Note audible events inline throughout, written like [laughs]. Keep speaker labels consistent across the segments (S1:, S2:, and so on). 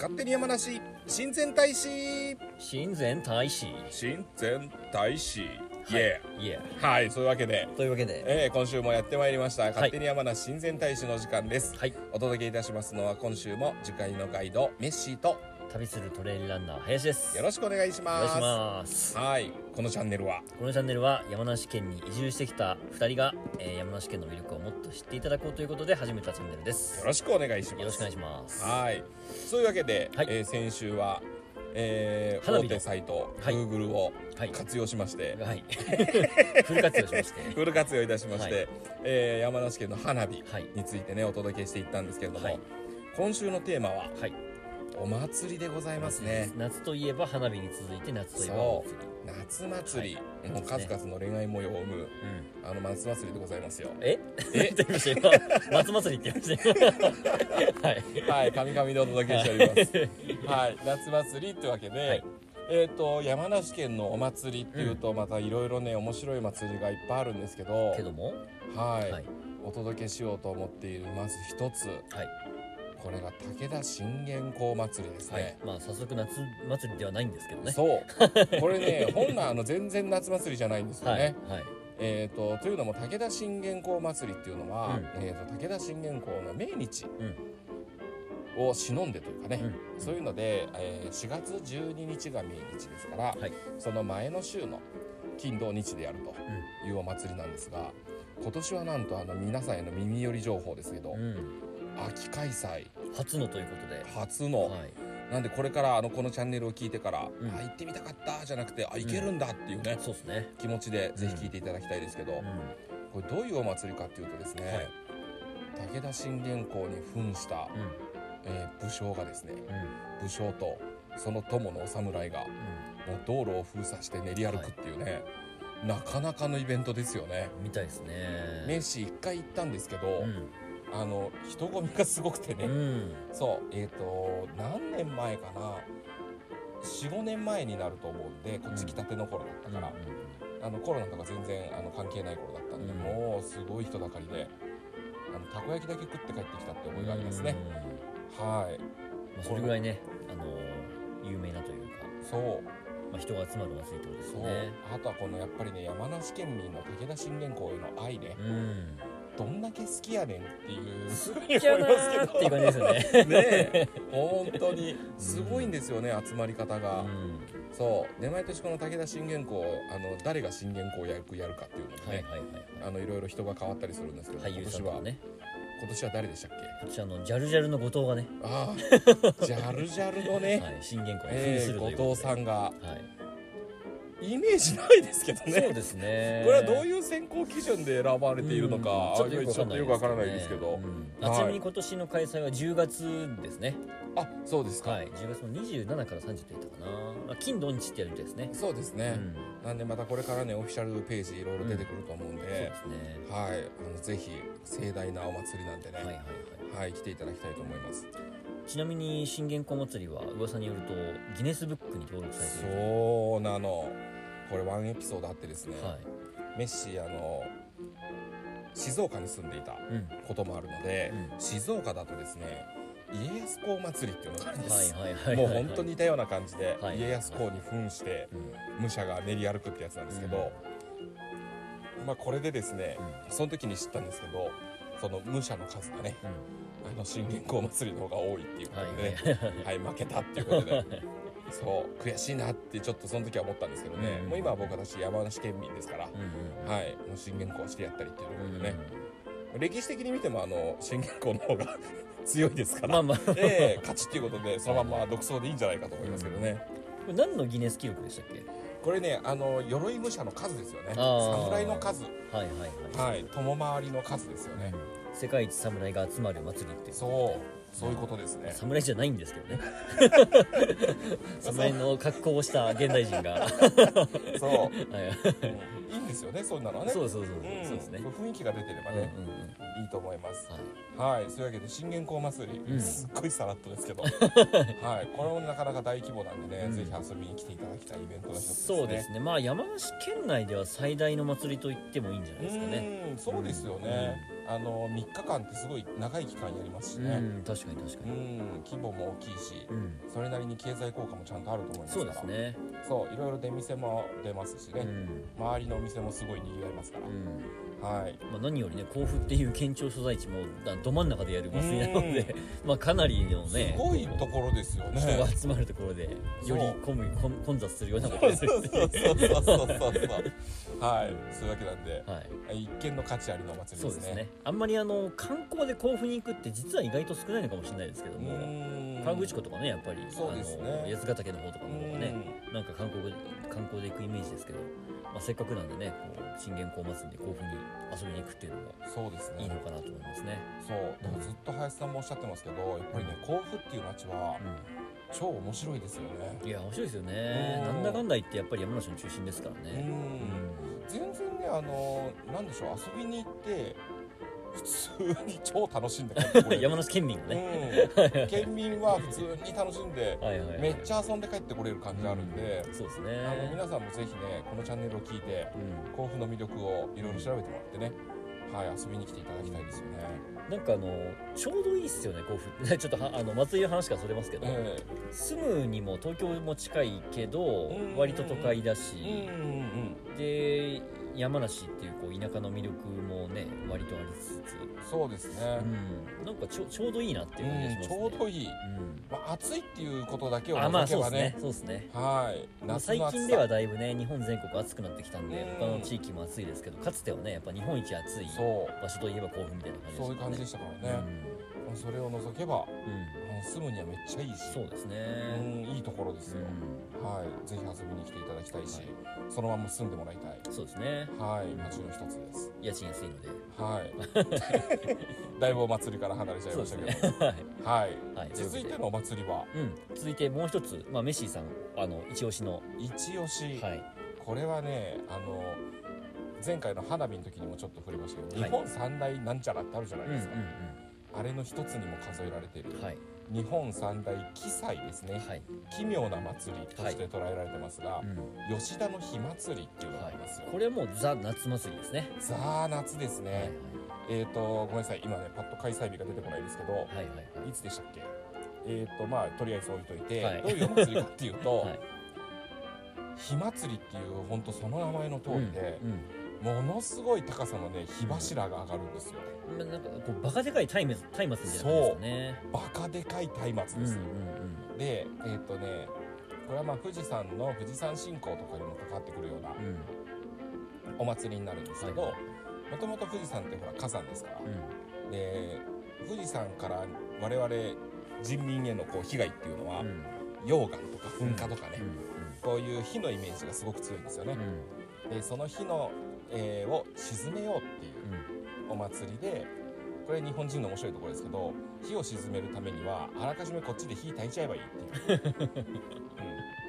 S1: 入山梨親善大使
S2: 親善大使
S1: 親善大使イ
S2: はい
S1: エ
S2: いや
S1: ーはいそういうわけで、
S2: というわけで
S1: えー今週もやってまいりました勝手に山梨親善大使の時間です、
S2: はい
S1: お届けいたしますのは今週も次回のガイドメッシーと
S2: 旅するトレイルランナー林です
S1: よろしくお願いし
S2: お願
S1: ま
S2: い
S1: す
S2: します
S1: はいこのチャンネルは
S2: このチャンネルは山梨県に移住してきた2人が、えー山梨県の魅力をもっと知っていただこうということで始めたチャンネルです
S1: よろしくお願いします
S2: よろしくお願いします
S1: はいそういうわけで、
S2: はい
S1: えー先週は、えー
S2: 花
S1: 大
S2: 火の
S1: 手サイト
S2: はい
S1: Google を
S2: はい
S1: 活用しまして、
S2: はい [laughs] フル活用しまして
S1: フル活用いたしまして、
S2: はい
S1: えー山梨県の花火
S2: はい
S1: についてねお届けしていったんですけれども、
S2: はい
S1: 今週のテーマは
S2: はい
S1: お祭りでございますね
S2: 夏といえば花火に続いて夏といえばお祭り
S1: 夏祭り、
S2: はい
S1: もう数々の恋愛模様を生む
S2: うん
S1: あの夏祭りでござい
S2: [laughs]
S1: ますよ
S2: え
S1: え
S2: 出ましたよ [laughs] 夏祭りって言いました [laughs] よはい
S1: はい神々でお届けしておりますはい、夏祭りってわけで、
S2: はい
S1: えー、と山梨県のお祭りっていうとまたいろいろね面白い祭りがいっぱいあるんですけど
S2: けども
S1: はい、
S2: はい
S1: お届けしようと思っているまず一つ
S2: はい
S1: これが武田信玄公祭りですね、
S2: はいまあ早速夏祭りではないんですけどね
S1: そうこれ
S2: [laughs]
S1: ね本来あの全然夏祭りじゃないんですよ
S2: はい
S1: ね。
S2: はい
S1: えー、とというのも武田信玄公祭りっていうのは、
S2: うん
S1: えー、と武田信玄公の命日
S2: ん
S1: を忍んでというかね、
S2: うん
S1: そういうので、えー4月12日が命日ですから、
S2: はい
S1: その前の週の金土日でやるというお祭りなんですが今年はなんとあの皆さんへの耳寄り情報ですけど、
S2: うん
S1: 秋開催
S2: 初のということで
S1: 初の、
S2: はい
S1: なんでこれからあのこのチャンネルを聞いてから、
S2: うん
S1: あ行ってみたかったじゃなくてあ行けるんだっていうね、
S2: そうですね
S1: 気持ちでぜひ聞いていただきたいですけど、
S2: う
S1: これどういうお祭りかっていうとですね、
S2: はい
S1: 武田信玄公に扮した、
S2: んうん
S1: えー武将がですね
S2: うん
S1: 武将とその友のお侍がもう道路を封鎖して練り歩くっていうね、なかなかのイベントですよね。
S2: うんみたいですね
S1: メッシ一回行ったんですけど、
S2: うん
S1: あの人混みがすごくてね、
S2: うん
S1: そうえっ、と何年前かな45年前になると思うんでこっち来たての頃だった
S2: だ
S1: か
S2: からら、
S1: あのコロナとか全然あの関係ない頃だったんで、
S2: うん
S1: もうすごい人だかりであのたこ焼きだけ食って帰ってきたって思いがありますね、はい
S2: まあそれぐらいねあの有名なというか
S1: そう
S2: まあ人が集まる祭りってことです
S1: そう、
S2: ね
S1: あとはこのやっぱりね山梨県民の武田信玄公への愛ね、
S2: うん
S1: どんだけ好きやねんっていう
S2: いやーっていう感じですよ [laughs] ね
S1: ねえ [laughs] 本当にすごいんですよね、集まり方
S2: う
S1: が、
S2: ん
S1: そうで毎年この武田信玄公あの誰が信玄公役やるかっていうのも
S2: はいはい
S1: ね、
S2: はい
S1: あのいろいろ人が変わったりするんですけど、
S2: はい俳優さんと
S1: 今
S2: か
S1: 年は
S2: ね
S1: 今年は誰でしたっけ
S2: こちらのジャルジャルの後藤がね
S1: あ
S2: [laughs]
S1: あジャルジャルのね、
S2: はい信玄公に扮
S1: え
S2: す
S1: ー
S2: るということで
S1: 後藤さんが
S2: はい
S1: イメージないですけど
S2: そ
S1: ね
S2: うですね
S1: これはどういう選考基準で選ばれているのか、
S2: うんちょっと
S1: ちょっとよくわからないですけ
S2: う
S1: ど、
S2: ん
S1: はい
S2: あちなみに今年の開催は10月ですね
S1: あそうですか、
S2: はい10月の27から30って言ったかなあ金土日ってやるみたいですね
S1: そうです
S2: う
S1: ね、
S2: ん
S1: なんでまたこれからねオフィシャルページいろいろ出てくると思うん
S2: そうで
S1: で、
S2: すね
S1: はいあのぜひ盛大なお祭りなんでね、
S2: はい
S1: は
S2: はい
S1: い
S2: はい
S1: 来ていただきたいと思います
S2: ちなみに信玄公祭りは噂によるとギネスブックに登録されている
S1: そうなのこれワンエピソードあってですね、
S2: はい
S1: メッシあの静岡に住んでいた
S2: うん
S1: こともあるので、
S2: う
S1: 静岡だとですね家康公祭りっていうのがあるんです、
S2: はいはいはいはい
S1: もう本当に似たような感じで、
S2: はい
S1: 家康公に扮して
S2: うん
S1: 武者が練り歩くってやつなんですけど、まあこれでですね、その時に知ったんですけどその武者の数がね
S2: うん
S1: あの信玄公祭りの方が多いっていうこ
S2: は
S1: と
S2: い
S1: でね、はい負けたっていうことで [laughs] そう悔しいなってちょっとその時は思ったんですけどね、
S2: うん
S1: もう今は僕私山梨県民ですから、
S2: うんうん
S1: はいもう信玄公してやったりっていう
S2: う
S1: こ
S2: ん
S1: とでね、歴史的に見てもあの信玄公の方が [laughs] 強いですか
S2: ま
S1: ら、
S2: あまあこ
S1: ええ勝ちっていうことでそのまま独走でいいんじゃないかと思いますけどね、
S2: れ何のギネス記録でしたっけ
S1: これねあの鎧武者の数ですよね
S2: あー
S1: 侍の数
S2: はいはいはい
S1: はい友回りの数ですよね、
S2: うん世界一侍が集まる祭りっていう
S1: そうそういうことですね、
S2: 侍じゃないんですけ
S1: [laughs]
S2: どね侍の格好をした現代
S1: [laughs]
S2: 人が
S1: そう
S2: はい
S1: うんいいんですよねそんなのはね
S2: そうそうそうそう
S1: うん
S2: そうですね
S1: 雰囲気が出てれば
S2: うん
S1: ね、
S2: うんうんはい
S1: いと思いますはいそういうわけで信玄公祭り、
S2: うん
S1: すっごいさらっとですけ
S2: [laughs]
S1: どはいこれもなかなか大規模なんでね、
S2: うん
S1: ぜひ遊びに来ていただきたいイベントの一つですね
S2: そうですねまあ山梨県内では最大の祭りと言ってもいいんじゃないですかね
S1: うんそうですよね、あの3日間ってすごい長い期間やりますし
S2: う
S1: ね、
S2: ん確かに確か
S1: うん
S2: に、
S1: 規模も大きいし
S2: うん、
S1: それなりに経済効果もちゃんとあると思います
S2: そ
S1: か
S2: う
S1: ら
S2: ですね
S1: そういろいろ出店も出ますし
S2: う
S1: ね、
S2: ん、
S1: 周りのお店もすごい賑わいますから、
S2: うん
S1: はい
S2: まあ、何よりね甲府っていう県庁所在地もあど真ん中でやる祭りなので [laughs] まあかなりのね
S1: すごいところですよね
S2: 人が集まるところでより
S1: そう
S2: 混む混混雑するようなことでするって
S1: [laughs] そ
S2: いう
S1: うそうそうそうそうはいそういうわけなんで
S2: はい
S1: 一見の価値ありのお祭り
S2: そう
S1: で
S2: です
S1: ね
S2: すねあんまりあの観光で甲府に行くって実は意外と少ないのかもしれないですけど
S1: う
S2: も
S1: ーん
S2: 河口湖とかねやっぱり、
S1: そうですね
S2: あの八ヶ岳の方とかの方が
S1: う
S2: ね
S1: ん
S2: なんか観光観光で行くイメージですけど、まあ、せっかくなんでねこう信玄公祭りで甲府に遊びに行くっていうのも
S1: そうです
S2: いい
S1: ね
S2: のかなと思いますね、
S1: そうだからずっと林さんもおっしゃってますけどやっぱりね甲府っていう街は超面白いですよね
S2: うん、いや面白いですよね
S1: う
S2: なんんだかんだ言ってやっぱり山梨の中心ですから
S1: う
S2: ね、うん
S1: ん全然ねあのなんでしょう遊びに行って普通に超楽しんで帰ってこれる
S2: [laughs] 山梨県民がね、
S1: うん、県民は普通に楽しんで
S2: はい [laughs] はいはい
S1: めっちゃ遊んで帰ってこれる感じあるんで、
S2: そうです
S1: あの
S2: ね
S1: 皆さんもぜひねこのチャンネルを聞いて
S2: うん
S1: 甲府の魅力をいろいろ調べてもらってね、はい、遊びに来ていただきたいですよね。
S2: なんかあのちょうどいいっすよね甲府 [laughs] ちょっとはあの祭りの話からそれますけど、
S1: え
S2: 住むにも東京も近いけど
S1: うん
S2: 割と都会だし、
S1: えうんうんうん
S2: で山梨っていうこう田舎の魅力もね割とありつつ、
S1: そうです
S2: う
S1: ね、
S2: ん、なんかちょちょうどいいなっていう感じが
S1: う
S2: し
S1: ん、
S2: ます
S1: ち
S2: ね、
S1: ょうどいい、
S2: うん
S1: まあ、暑いっていうことだけを
S2: あまあ
S1: 除け
S2: そ
S1: ば
S2: うですね
S1: ね,、
S2: そうですね
S1: はい
S2: まあ
S1: 夏
S2: 最
S1: の暑さ
S2: 近ではだいぶね日本全国暑くなってきたんで
S1: うん
S2: 他の地域も暑いですけどかつてはねやっぱ日本一暑い
S1: そう
S2: 場所といえば甲府みたいな感じで
S1: そうい
S2: し
S1: う
S2: た
S1: 感じでしたからね、まあそれを除けば
S2: うんうん
S1: あの住むにはめっちゃいいし
S2: そうですね
S1: うん、いいところですよ、
S2: う
S1: はい、ぜひ遊びに来ていただきたいし、そのまま住んでもらいたい。
S2: んそうですね
S1: はい、街の一つです。
S2: 家賃安いので
S1: はい。
S2: [laughs]
S1: だいぶお [laughs] 祭りから離れちゃい
S2: そ
S1: ま
S2: うで
S1: し
S2: す
S1: たけど。
S2: ねは
S1: は
S2: い
S1: い。
S2: はい
S1: 続い
S2: と
S1: て
S2: う
S1: のお祭りは
S2: ことで [laughs] うん続いてもう一つまあメッシーさんあの一押しの
S1: 一押し、
S2: はい
S1: これはねあの前回の花火の時にもちょっと触れましたけど、
S2: はい
S1: 日本三大なんちゃらってあるじゃな
S2: う
S1: い
S2: んうん
S1: ですか、あれの一つにも数えられている
S2: うんはい
S1: 日本三大奇祭ですね、
S2: はい
S1: 奇妙な祭りとして捉えられてますが、
S2: うん
S1: 吉田の火祭りっていうのがありますよ、
S2: これはもうザ夏祭りですね
S1: ザー夏です
S2: はいは
S1: ね、えっ、とごめんなさい今ねパッと開催日が出てこないですけど、
S2: いはいはいはい
S1: いつでしたっけえっ、とまあとりあえず置いといて、
S2: はい
S1: どういうお祭りかっていうと、
S2: はい
S1: 火祭りっていう本当その名前の通りで
S2: う、ん
S1: ものすごい高さのね火柱が上がるんですよ
S2: うんまあなんかこうバカでかい松明松明みたいな感じですよね
S1: バカでかい松明です、
S2: うんうん
S1: でえっ、とねこれはまあ富士山の富士山信仰とかにも関わってくるような
S2: うん
S1: お祭りになるんですけど
S2: はい
S1: もともと富士山ってほら火山ですから、
S2: うん
S1: で富士山から我々人民へのこう被害っていうのは、
S2: うん
S1: 溶岩とか噴火とかね、
S2: うん
S1: こういう火のイメージがすごく強いんですよね
S2: うんう、ん
S1: でその火の、えーを沈めようっていう
S2: うん
S1: お祭りでこれ日本人の面白いところですけど火を沈めるためにはあらかじめこっちで火焚いちゃえばいいっていう、
S2: [laughs]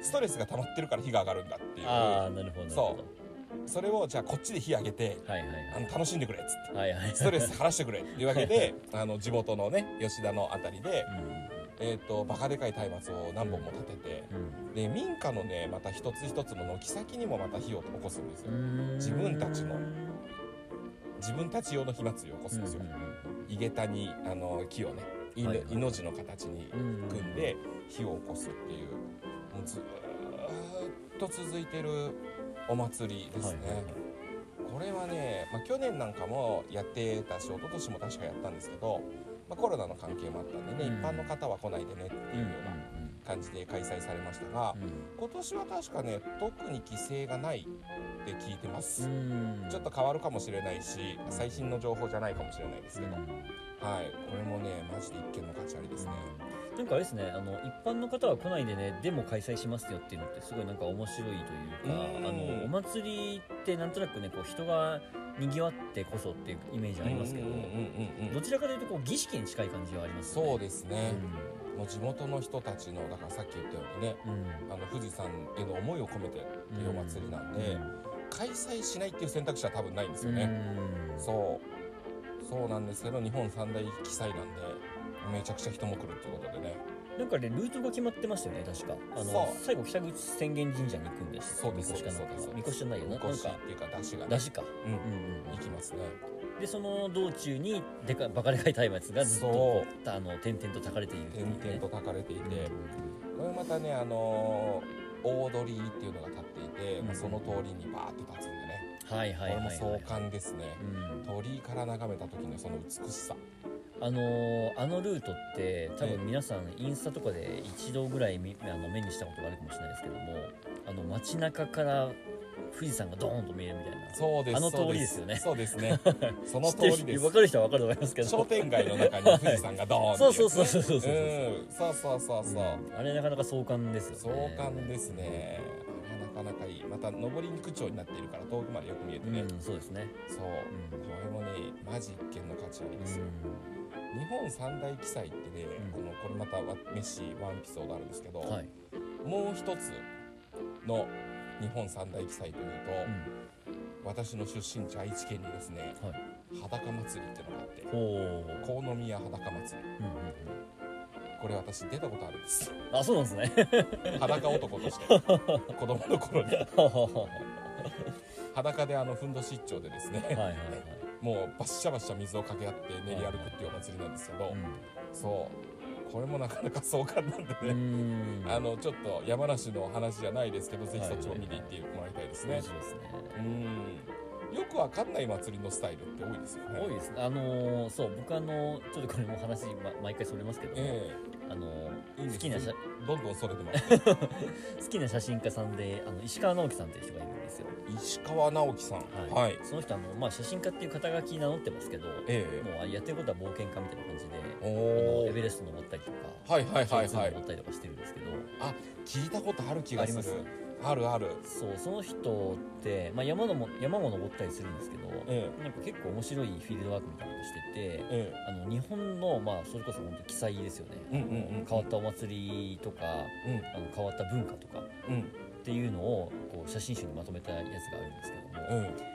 S1: う ん、ストレスが溜まってるから火が上がるんだってい
S2: あ
S1: う
S2: あなるほどなる
S1: そ
S2: ほ
S1: うそれをじゃあこっちで火上げて
S2: どはいはい
S1: あの楽しんでくれっつって
S2: はいはいはい
S1: ストレス晴らしてくれっていうわけ
S2: [laughs]
S1: であの地元のね吉田のあたりで、えー、とバカでかい松明を何本も立てて
S2: うんうん
S1: で民家のねまた一つ一つの軒先にもまた火を起こすんですよ自
S2: 自
S1: 分たちの自分たち用の火祭りを起こすんですよ、井桁にあの木をねいの,、
S2: はいはい
S1: いの字の形に組んで火を起こすっていうもうずーっと続いてるお祭りですね、これはね、まあ、去年なんかもやってたし一昨年も確かやったんですけど、まあ、コロナの関係もあったんでね、
S2: うん
S1: 一般の方は来ないでねって
S2: うん
S1: いうような感じで開催されましたが、今年は確かね特に規制がないって聞いてます、
S2: うんうん
S1: ちょっと変わるかもしれないし最新の情報じゃないかもしれないですけど、はい、これもね、マジで一見の価値ありですね。
S2: なんかあれですねあの一般の方は来ないでねでも開催しますよっていうのってすごいなんか面白いというか
S1: うん
S2: あのお祭りってなんとなくねこう人がにぎわってこそっていうイメージありますけど
S1: うんうんうんうんう
S2: ど
S1: ん
S2: ちらかというとこう儀式に近い感じはありますよね
S1: そうですね、
S2: う
S1: もう地元の人たちの、だからさっき言ったようにね、
S2: ん
S1: あの富士山への思いを込めてっていうお祭りなんで、開催しないっていう選択肢は多分ないんですよね。
S2: うん
S1: そう、そうなんですけど、日本三大奇祭なんで、めちゃくちゃ人も来るっていうことでね。
S2: なんかねルートが決まってましたよね確かあ
S1: そう
S2: の最後北口宣言神社に行くんです
S1: そうです
S2: みこしかなんか
S1: そうですそうです
S2: みこしじゃないよな
S1: み
S2: な
S1: こ
S2: ん
S1: しっ
S2: か
S1: ていうか、出汁が、
S2: 出
S1: ね、
S2: 汁か
S1: う
S2: うん
S1: ん、
S2: うん
S1: 行きますね。
S2: でその道中にでかバカでかい松明がずっとこうあの点々とたかれているっていうね
S1: 点々と炊かれていて、これまたねあのー大鳥居っていうのが立っていて、
S2: うん
S1: まあその通りにバーって立つんでね、
S2: はいはいはいはい、はい、
S1: これも壮観ですね、
S2: うん
S1: 鳥居から眺めた時のその美しさ、
S2: あのーあのルートって多分皆さんインスタとかで一度ぐらいみあの目にしたことがあるかもしれないですけどもあの街中から富士山がドーンと見えるみたいな
S1: そうです
S2: あの通り
S1: そう
S2: ですよね
S1: そうですねその
S2: 知っ
S1: 通
S2: てる
S1: りで
S2: 人
S1: す
S2: 分かる人は分かると思いますけど
S1: 商店街の中に富士山がドーンってい
S2: そうそうそうそうそうそうそう
S1: うんそうそうそうそう、
S2: うんあれなかなか壮観です
S1: 壮
S2: よね
S1: 観ですねあれなかなかいいまた上りに区長になっているから遠くまでよく見えてね、
S2: うんそうですね
S1: そう
S2: う
S1: これ
S2: ん
S1: もねマジ一見の価値ありですよ、
S2: う
S1: 日本三大奇祭ってね、
S2: うん
S1: このこれまたわ飯ワンエピソードあるんですけど、
S2: んはい、
S1: もう一つの日本三大奇祭というと、
S2: うん、
S1: 私の出身地愛知県にですね
S2: はい
S1: 裸祭りっていうのがあって
S2: ほう、
S1: 鴻宮裸祭り
S2: うんうん
S1: これ私出たことあるんです
S2: うん、あそうなんですね
S1: 裸男として子供の頃に
S2: [laughs] は
S1: 裸であのふんどし一丁でです
S2: い
S1: ね
S2: はいはい、
S1: もうバッシャバッシャ水をかけ合って練り歩くっていうお祭りなんですけど、そうこれもなかなか壮観なんでね、
S2: うん、うん
S1: あのちょっと山梨の話じゃないですけど、ぜひそっちも見に行ってもらいたいですね
S2: 面。白いですね
S1: うん、よくわかんない祭りのスタイルって多いですよね。
S2: 多いですねあのーそう僕あのーちょっとこれも話、ま、毎回それますけど、
S1: え
S2: あの
S1: えいいんで
S2: ー
S1: す
S2: 好きな写
S1: どんどんそれでもら
S2: [laughs]
S1: って。
S2: 好きな写真家さんであの石川直樹さんという人がいるんですよ、
S1: 石川直樹さん。はい。
S2: その人あの、まあ、写真家っていう肩書き名乗ってますけど、
S1: え
S2: もうあやってることは冒険家みたいな感じで
S1: え
S2: あ
S1: お
S2: の
S1: お
S2: エ。ベレスト登ったりとか、
S1: はいはいはい
S2: ジョ
S1: は
S2: ーズ
S1: い
S2: 登っ。たりとかしてるんですけど、
S1: 聞いたことある気が
S2: あ
S1: す
S2: り
S1: る。
S2: ます
S1: あるある。
S2: そうその人って、まあ、山のも山も登ったりするんですけど、
S1: え
S2: なんか結構面白いフィールドワークみたいなのしてて
S1: え。え
S2: あの日本の、まあ、それこそ本当記載ですよね、
S1: うんうんうんうん
S2: 変わったお祭りとか
S1: え。
S2: あの変わった文化とかっ
S1: うんうん
S2: ていうのをこう写真集にまとめたやつがあるんですけ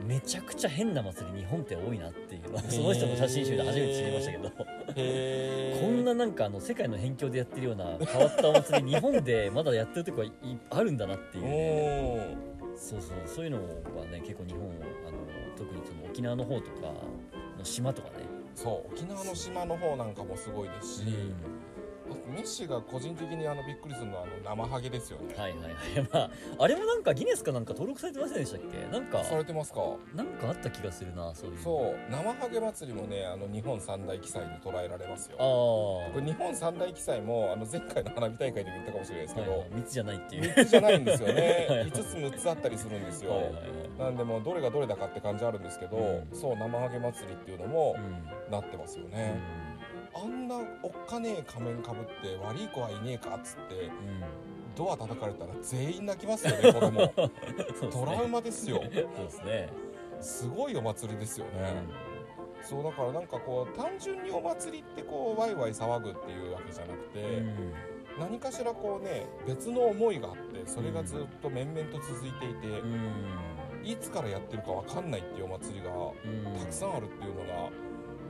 S1: う
S2: も、
S1: ん。
S2: めちゃくちゃ変な祭り日本って多いなっていうのは
S1: へー
S2: その人の写真集で初めて知りましたけど、
S1: へえ。
S2: こんななんかあの世界の辺境でやってるような変わったお祭り日本でまだやってるとこはいあるんだなっていう、
S1: お
S2: ね、
S1: おー。
S2: そうそうそういうのはね結構日本をあの特にその沖縄の方とかの島とかね、
S1: そう沖縄の島の方なんかもすごいですし、あとメッシが個人的にあのびっくりするのはあの生ハゲですよね。
S2: はいはい [laughs] はいまああれもなんかギネスかなんか登録されてませんでしたっけなんか
S1: されてますか。
S2: なんかあった気がするなそういうの
S1: そう生ハゲ祭りもねあの日本三大奇祭に捉えられますよ。こ
S2: あ
S1: れ日本三大奇祭もあの前回の花火大会でも言ったかもしれないですけ
S2: あ、はい
S1: ど
S2: は、い、3つじゃないっていう
S1: 三つじゃないんですよ
S2: [laughs] はいは
S1: ね。
S2: い
S1: 五つ六つあったりするんですよ。
S2: はいはいはい
S1: なんでもうどれがどれだかって感じあるんですけど、
S2: うん
S1: そう生ハゲ祭りっていうのも
S2: うん
S1: なってますよね。あんなおっかねえ仮面かぶって悪い子はいねえかっつって
S2: うんうん
S1: ドア叩かれたら全員泣きますよ
S2: [laughs]
S1: ね子供。
S2: そうです
S1: トラウ
S2: ね
S1: マですよ。
S2: そうですね、
S1: すごいお祭りですよ
S2: うん
S1: ね。そうだからなんかこう単純にお祭りってこうワイワイ騒ぐっていうわけじゃなくて、
S2: うん
S1: 何かしらこうね別の思いがあってそれがずっと面々と続いていて、
S2: う
S1: いつからやってるかわかんないっていうお祭りが
S2: ん
S1: たくさんあるっていうのが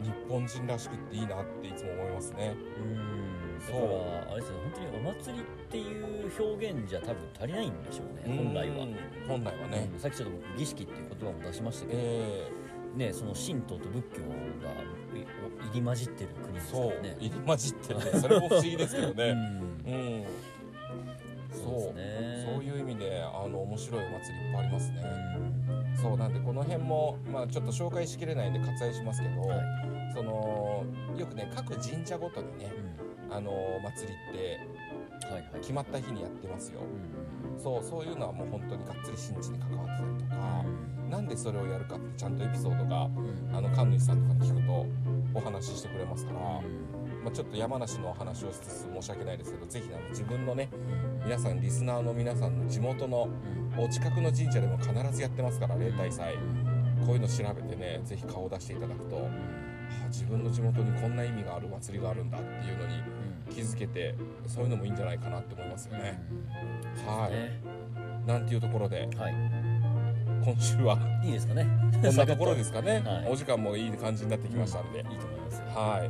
S1: 日本人らしくっていいなっていつも思いますね。
S2: うんだ
S1: そ
S2: か
S1: う
S2: らあれですよね本当にお祭りっていう表現じゃ多分足りないんでしょうね本来は
S1: うん。本来はね
S2: う。んさっきちょっと僕儀式っていう言葉も出しましたけど、
S1: え
S2: ねその神道と仏教がい入り混じってる国で
S1: ー
S2: すか
S1: そう
S2: らね
S1: 入り混じってる
S2: [laughs]
S1: ねそれも不思議ですけど
S2: う [laughs]
S1: ね。
S2: ん
S1: うん、そう
S2: ですね
S1: そういう意味であの面白いお祭りいっぱいありますね。
S2: うん
S1: そうなんでこの辺も、まあ、ちょっと紹介しきれないんで割愛しますけど、
S2: はい
S1: そのよくね各神社ごとにね
S2: う、ん
S1: あのー祭りって
S2: はいはい
S1: 決まった日にやってますよ
S2: うん
S1: そうそういうのはもう本当にがっつり神事に関わってたりとか
S2: う、
S1: なんでそれをやるかってちゃんとエピソードが
S2: ん
S1: あの神主さんとかに聞くとお話ししてくれますから、
S2: うん
S1: まあ、ちょっと山梨のお話をしつつ申し訳ないですけどぜひあの自分のね皆さんリスナーの皆さんの地元のお近くの神社でも必ずやってますから例大祭。こういうの調べてねぜひ顔を出していただくと、あ自分の地元にこんな意味がある祭りがあるんだっていうのに気づけてそういうのもいいんじゃないかなって思いますよね。はい、
S2: ね
S1: なんていうところで
S2: は
S1: 今週
S2: [laughs]
S1: は
S2: いいいですかね
S1: こんなとこ
S2: [laughs]
S1: ろですかね、
S2: はい
S1: お時間もいい感じになってきましたんで。
S2: いいと思いますよ
S1: はい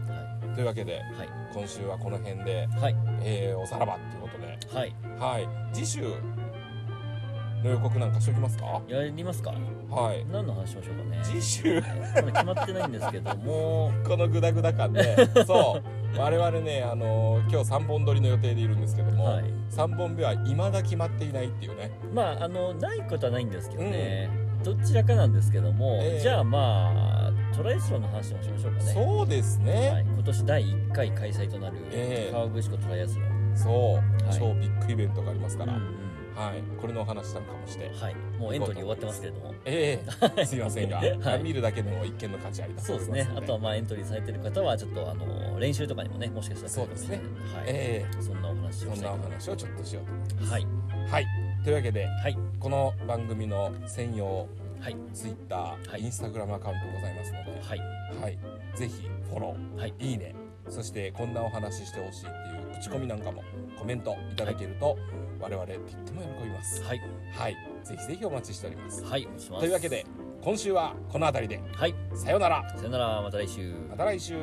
S2: は
S1: というわけで
S2: いはい
S1: 今週はこの辺で、
S2: はい
S1: えーおさらばっていうことで、
S2: はい
S1: はい、次週の予告なんかしときますか
S2: やりますか
S1: はい
S2: 何の話しましょうかね
S1: 次週
S2: はいまだ決まってないんですけども
S1: このグダグダ感
S2: [laughs]
S1: でそう我々ねあのー今日3本撮りの予定でいるんですけども、
S2: はい
S1: 3本目は未だ決まっていないっていうね
S2: まああのないことはないんですけどね、どちらかなんですけども、
S1: ええ
S2: じゃあまあトライアスロンの話でもしましょうかね
S1: そうですね、
S2: はい、今年第1回開催となる
S1: ええ
S2: 川口湖トライアスロン、
S1: そう、
S2: い
S1: 超ビッグイベントがありますから、
S2: うん
S1: はいこれのお話なんかもして
S2: うんはいもうエントリー終わってますけれども
S1: ええすいませんが、
S2: はい
S1: まあ見るだけでも一見の価値ありだと
S2: そう
S1: 思
S2: で
S1: い
S2: す
S1: ます
S2: ねあとはまあエントリーされてる方はちょっとあの練習とかにもねもしかしたら来るかもしれないのではい
S1: え
S2: そんなお話
S1: え
S2: を
S1: そ
S2: し
S1: ん
S2: たい
S1: な
S2: と
S1: お
S2: 思いま
S1: 話をちょっとしようと思います
S2: はい
S1: はいというわけで
S2: はい
S1: この番組の専用
S2: はい
S1: ツイッター、
S2: はい
S1: インスタグラムアカウントございますので、
S2: はい
S1: はい、ぜひフォロ
S2: はい
S1: ーいいねそしてこんなお話ししてほしいっていう口コミなんかもコメントいただけると、我々とっても喜びます
S2: はい
S1: はいぜひぜひお待ちしております
S2: はいお願いします
S1: というわけで今週はこの辺りで
S2: はい
S1: さようなら
S2: さよならまた来週
S1: また来週